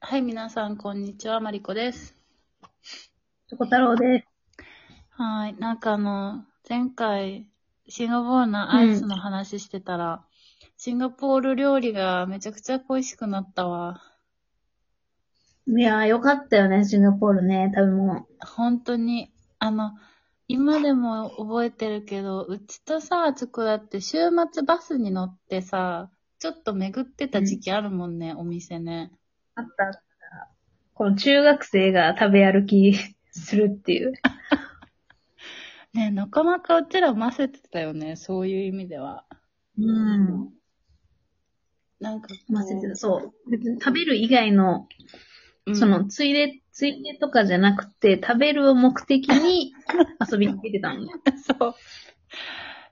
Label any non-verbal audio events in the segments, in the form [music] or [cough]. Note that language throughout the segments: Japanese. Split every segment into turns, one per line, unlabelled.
はい、皆さん、こんにちは。マリコです。
チョコ太郎です。
はい、なんかあの、前回、シンガポールのアイスの話してたら、シンガポール料理がめちゃくちゃ恋しくなったわ。
いやー、よかったよね、シンガポールね、食べ物。
本当に、あの、今でも覚えてるけど、うちとさ、つくだって週末バスに乗ってさ、ちょっと巡ってた時期あるもんね、お店ね。
あったあった。この中学生が食べ歩きするっていう。
ねえなかなかうちら混ぜてたよね、そういう意味では。
うん。
なんかこう、
まあ、先生そう。別に食べる以外の、
うん
その、ついで、ついでとかじゃなくて、食べるを目的 [laughs] に遊びに来てたのね。
そう。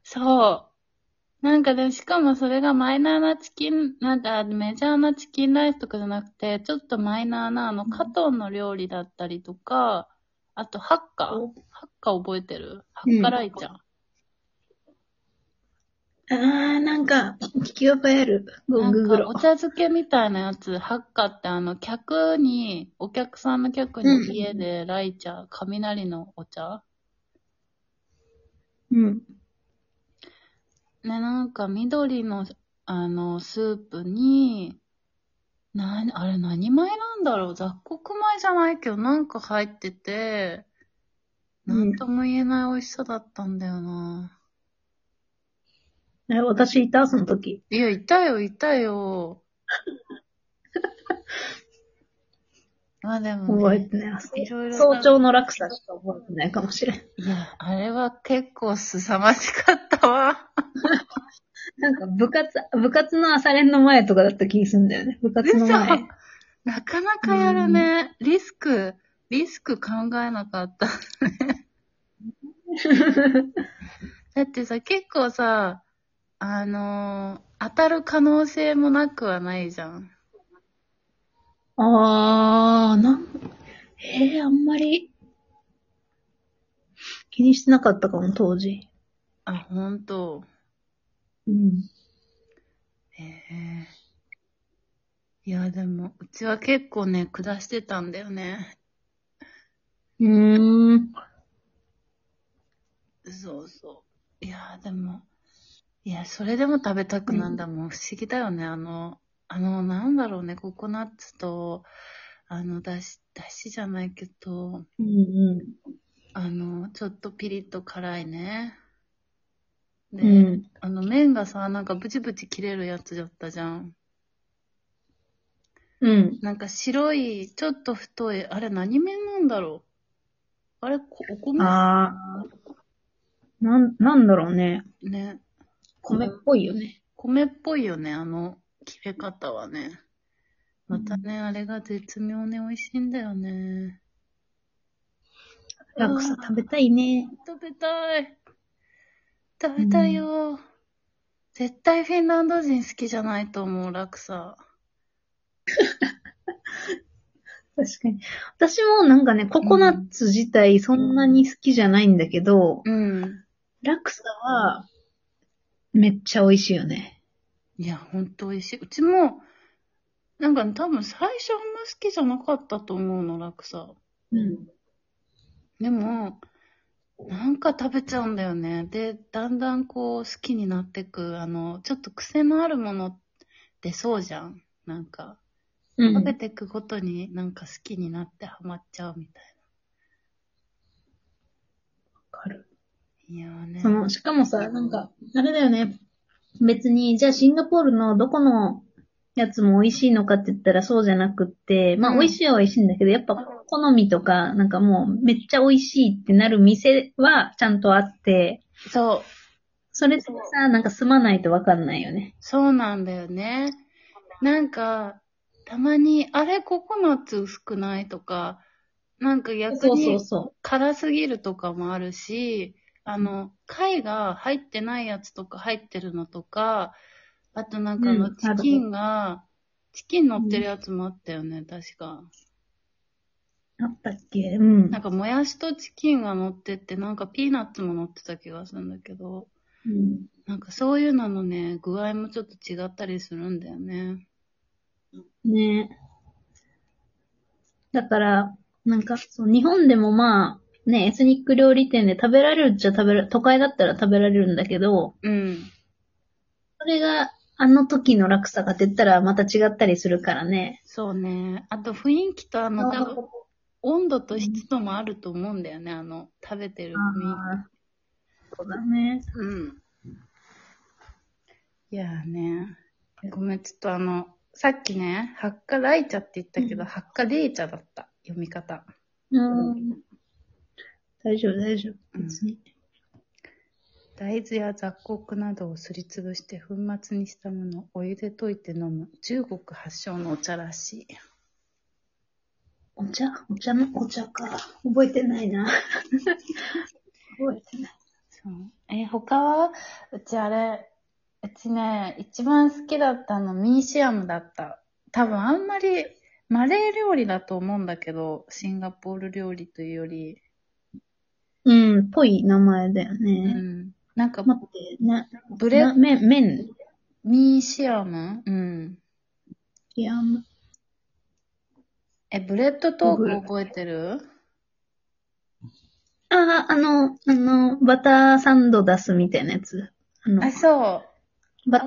そう。なんかでも、しかもそれがマイナーなチキン、なんかメジャーなチキンライスとかじゃなくて、ちょっとマイナーなあの、カトンの料理だったりとか、あと、ハッカ
お
ハッカ覚えてるハッカライちゃん。
あー、なんか、聞き覚えある。ゴンググ
なんか
ロ
お。茶漬けみたいなやつ、ハッカってあの、客に、お客さんの客
うん
に家でライチャー、雷のお茶
う
ね、
ん。
なんか緑の、あの、スープに、なに、あれ何米なんだろう雑穀米じゃないけど、なんか入ってて、
うん
なんとも言えない美味しさだったんだよな。
え、私いたその時。
いや、いたよ、いた
[laughs]
よ。まあでも
覚え
ね、
てない。あそう
いろいろ
早朝の落差しか覚えてないかもしれん。
いや、あれは結構凄まじかったわ。
なんか部活、部活の朝練の前とかだった気すんだよね。部活の前。
なかなかやるね。リスク、リスク考えなかった。だってさ、結構さ、あのー当たる可能性もなくはないじゃん。
あー、なん、えー、あんまり、気にしてなかったかも、当時。
あ、ほんと。
うん。
ええいや、でも、うちは結構ね、下してたんだよね。
うーん。
そうそう。いや、でも、いや、それでも食べたくなんだもん。不思議だよね。あの、あの、なんだろうね、ココナッツと、あの、だし、だしじゃないけど、
うんう
あの、ちょっとピリッと辛いね。
ん。
で、
うん。
あの、麺がさ、なんかブチブチ切れるやつだったじゃん。
うん。
なんか白い、ちょっと太い、あれ何麺なんだろうあれ、こお米
あー。なん、なんだろうね。
ね。
米っぽいよね。
米っぽいよね、あの切れ方はね。またね、あれが絶妙に美味しいんだよね。
ラクサ食べたいね。
食べたい。食べたいよ。絶対フィンランド人好きじゃないと思う、ラクサ。
確かに。私もなんかね、ココナッツ自体そんなに好きじゃないんだけど、
うん。
ラクサは、めっちゃ美味しいよね。
いや、ほんと美味しい。うちも、なんか、多分最初あんま好きじゃなかったと思うの、ラクサ。
うん。
でも、なんか食べちゃうんだよね。で、だんだんこう好きになってく、あの、ちょっと癖のあるものってそうじゃん。なんか、
う
食べ
ん。
てくごとになんか好きになってハマっちゃうみたいな。いやーね。
その、しかもさ、なんか、あれだよね。別に、じゃあシンガポールのどこのやつも美味しいのかって言ったらそうじゃなくって、まあ
うん
美味しいは美味しいんだけど、やっぱ好みとか、なんかもうめっちゃ美味しいってなる店はちゃんとあって、
そう。
それってさ、なんか住まないとわかんないよね。
そうなんだよね。なんか、たまに、あれ、ココナッツ薄くないとか、なんか逆
そうそう
に
そ
辛すぎるとかもあるし、あの、貝が入ってないやつとか入ってるのとか、あとなんかあ
う
の、
ん
チキンが、チキン乗ってるやつもあったよね、確か。
う。あったっけうん
な。んか、もやしとチキンが乗ってって、なんかピーナッツも乗ってた気がするんだけど、
うん
なんかそういうののね、具合もちょっと違ったりするんだよね。
ねだから、なんか、そう、日本でもまあ、ね、エスニック料理店で食べられるっちゃ食べら、都会だったら食べられるんだけど、
うん。
それが、あの時の落差が出たらまた違ったりするからね。
そうね。あと雰囲気とあの、多分温度と湿度もあると思うんだよね。あの、食べてる雰囲
あーそうだね。
気。うん。いやーね。ごめん、ちょっとあの、さっきね、ハッカライチャって言ったけど、
うん
ハッカレイチャだった。読み方。
うん。大丈夫、大丈夫。
うん
別に
大豆や雑穀などをすりつぶして粉末にしたものをお湯で溶いて飲む中国発祥のお茶らしい。
お茶お茶のお茶か。覚えてないな。覚えてない。
そう。え、他はうちあれ、うちね、一番好きだったのミーシアムだった。多分あんまりマレー料理だと思うんだけど、シンガポール料理というより、
うん、ぽい名前だよ
う
ね。
ん。なんか、
待って、な、
ブレ
な、麺、麺、
ミーシアムうん。
いや、ま
え、ブレッドトーク覚えてる
ああ、あの、あの、バターサンド出すみたいなやつ。あの
あ、、そう。
バ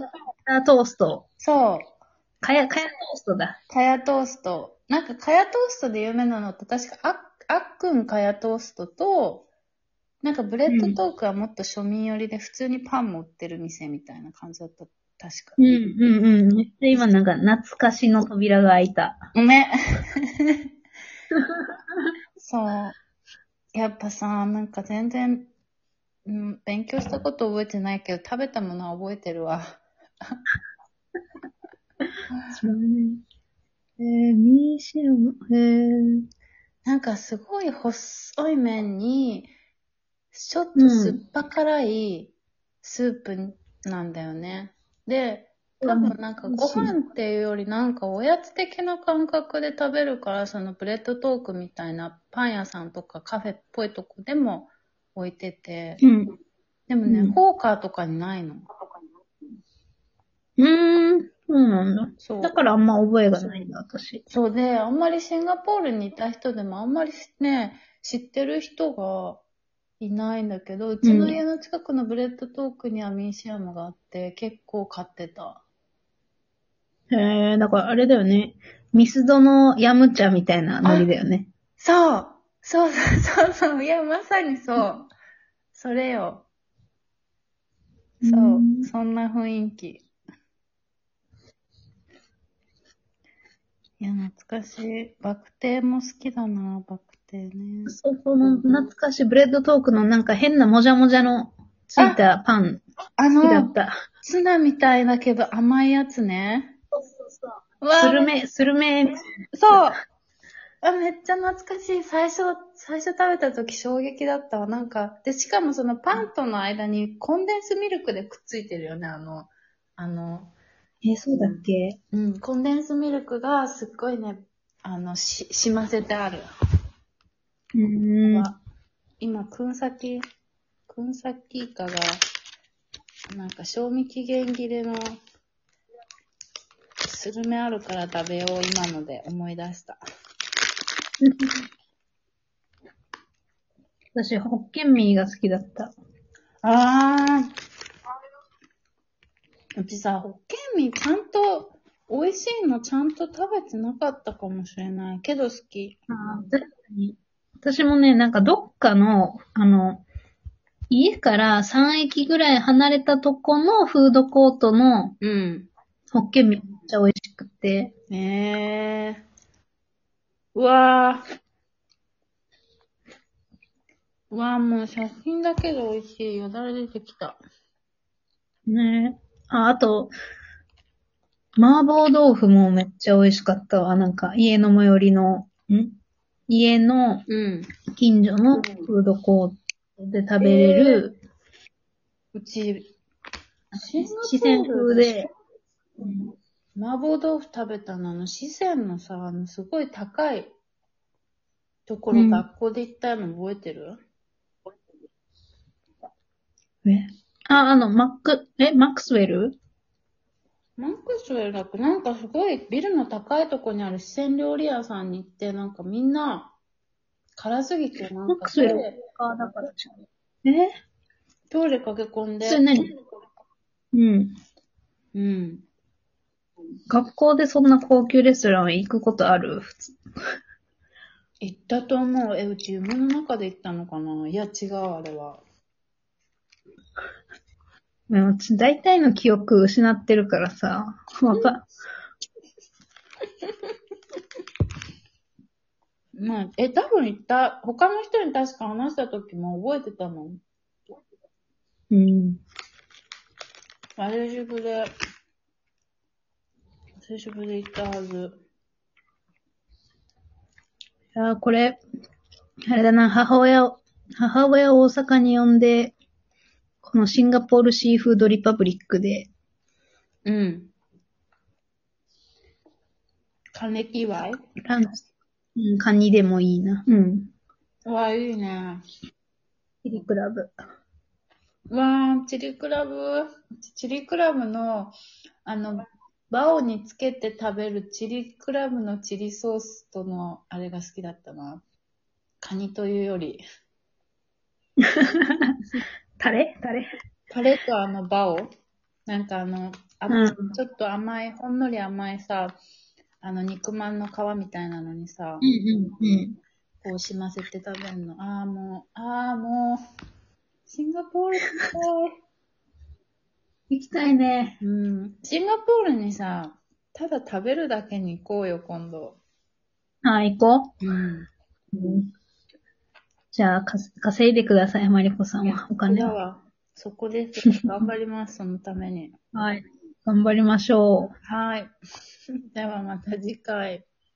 タートースト。
そう。
かや、かやトーストだ。
かやトースト。なんか、かやトーストで有名なのって、確かあっ、あっくんかやトーストと、なんか、ブレッドトークはもっと庶民寄りで、普通にパンも売ってる店みたいな感じだった。確か。
うん、うん、うん。めっちゃ今なんか懐かしの扉が開いた。
ね。そう。やっぱさ、なんか全然、うん、勉強したこと覚えてないけど、食べたものは覚えてるわ。
そうね。えー、ミーシアム、えー、
なんかすごい細い麺に、ちょっと酸っぱ辛いスープなんだよね。で、多分なんか
うん
ご飯っていうよりなんかおやつ的な感覚で食べるから、そのブレッドトークみたいなパン屋さんとかカフェっぽいとこでも置いてて、
うん。
でもね、
うん
ホーカーとかにないの。
うーん、そうなんだ。
そう
だ。からあんま覚えがないんだ、私。
そうで、あんまりシンガポールにいた人でもあんまりね、知ってる人がいないんだけど、うちの家の近くのブレッドトークにはミーシアムがあって、結構買ってた。
へえ、だからあれだよね。ミスドのヤムチャみたいなノリだよね。
そうそうそうそうそう。いや、まさにそう。それよ。そう。
ん
そんな雰囲気。いや、懐かしい。バクテーも好きだな、バクテーね。
そう、この懐かしいブレッドトークのなんか変なもじゃもじゃのついたパン
あ
好きだ
の
っ、た。
ツナみたいだけど甘いやつね。
そうそうそう
わ
スルメ、スルメ、
そう。 [laughs] あ、めっちゃ懐かしい。最初、最初食べた時衝撃だったわ。なんか、で、しかもそのパンとの間にコンデンスミルクでくっついてるよね、あの、あの、
え、そうだっけ
うん、コンデンスミルクがすっごいね、あの、し、しませてある。
うーん。
今、くんさき、くんさきイカが、なんか賞味期限切れの、スルメあるから食べよう、今ので思い出した。
私、ホッケンミーが好きだった。
あー。うちさ、ホッケンミーちゃんと、美味しいのちゃんと食べてなかったかもしれないけど好き。
確かに。私もね、なんかどっかの、あの、家から3駅ぐらい離れたとこのフードコートの
うん。
ホッケンミーめっちゃ美味しくて、
ええー。うわー。うわー、もう写真だけで美味しいよだれ出てきた。
ねあ、あと、麻婆豆腐もめっちゃ美味しかったわ。なんか家の最寄りの、ん家の
うん。
近所のフードコートで食べれる、
うち、
四川風で、うん
麻婆豆腐食べたのあの、四川のさ、あの、すごい高いところ、
うん
学校で行ったの覚えてる
えあ、あの、マック、え、マックスウェル
マンクションより楽、なんかすごいビルの高いとこにある四川料理屋さんに行って、なんかみんな、辛すぎて、な
マッ
んか
クスウェル
で
あ、だからじゃん。え
トイレ駆け込んで、
それ何うん。
うん。
学校でそんな高級レストラン行くことある普通。
行ったと思う。え、うち夢の中で行ったのかないや、違う、あれは。
でもち大体の記憶失ってるからさ、わか、
まあ、え、多分行った、他の人に確か話した時も覚えてたもん。
うん。
割れ宿で、定食で行ったはず。
いやー、これ、あれだな、母親を、母親を大阪に呼んで、このシンガポールシーフードリパブリックで、
うん。還暦祝い
ランチ、うん、カニでもいいな。うん。
うわ、いいね。
ヒリクラブ。
うわー、チリクラブ、チリクラブの、あの、バオにつけて食べるチリクラブのチリソースとの、あれが好きだったな。カニというより、
タレタレ
タレとあのバオなんかあの、あ
うん
ちょっと甘い、ほんのり甘いさ、あの肉まんの皮みたいなのにさ、
うんうんうん。
こうしませて食べるの。ああ、もう、ああ、もう、シンガポール行
[laughs]
きたい。
行きたいね。
うん。シンガポールにさ、ただ食べるだけに行こうよ、今度。
はい、行こ
うん。
う。じゃあ、かす稼いでください、マリコさんは。お金
だ
を。
わ。そこです。頑張ります、そのために。
はい。頑張りましょう。
はい。ではまた次回。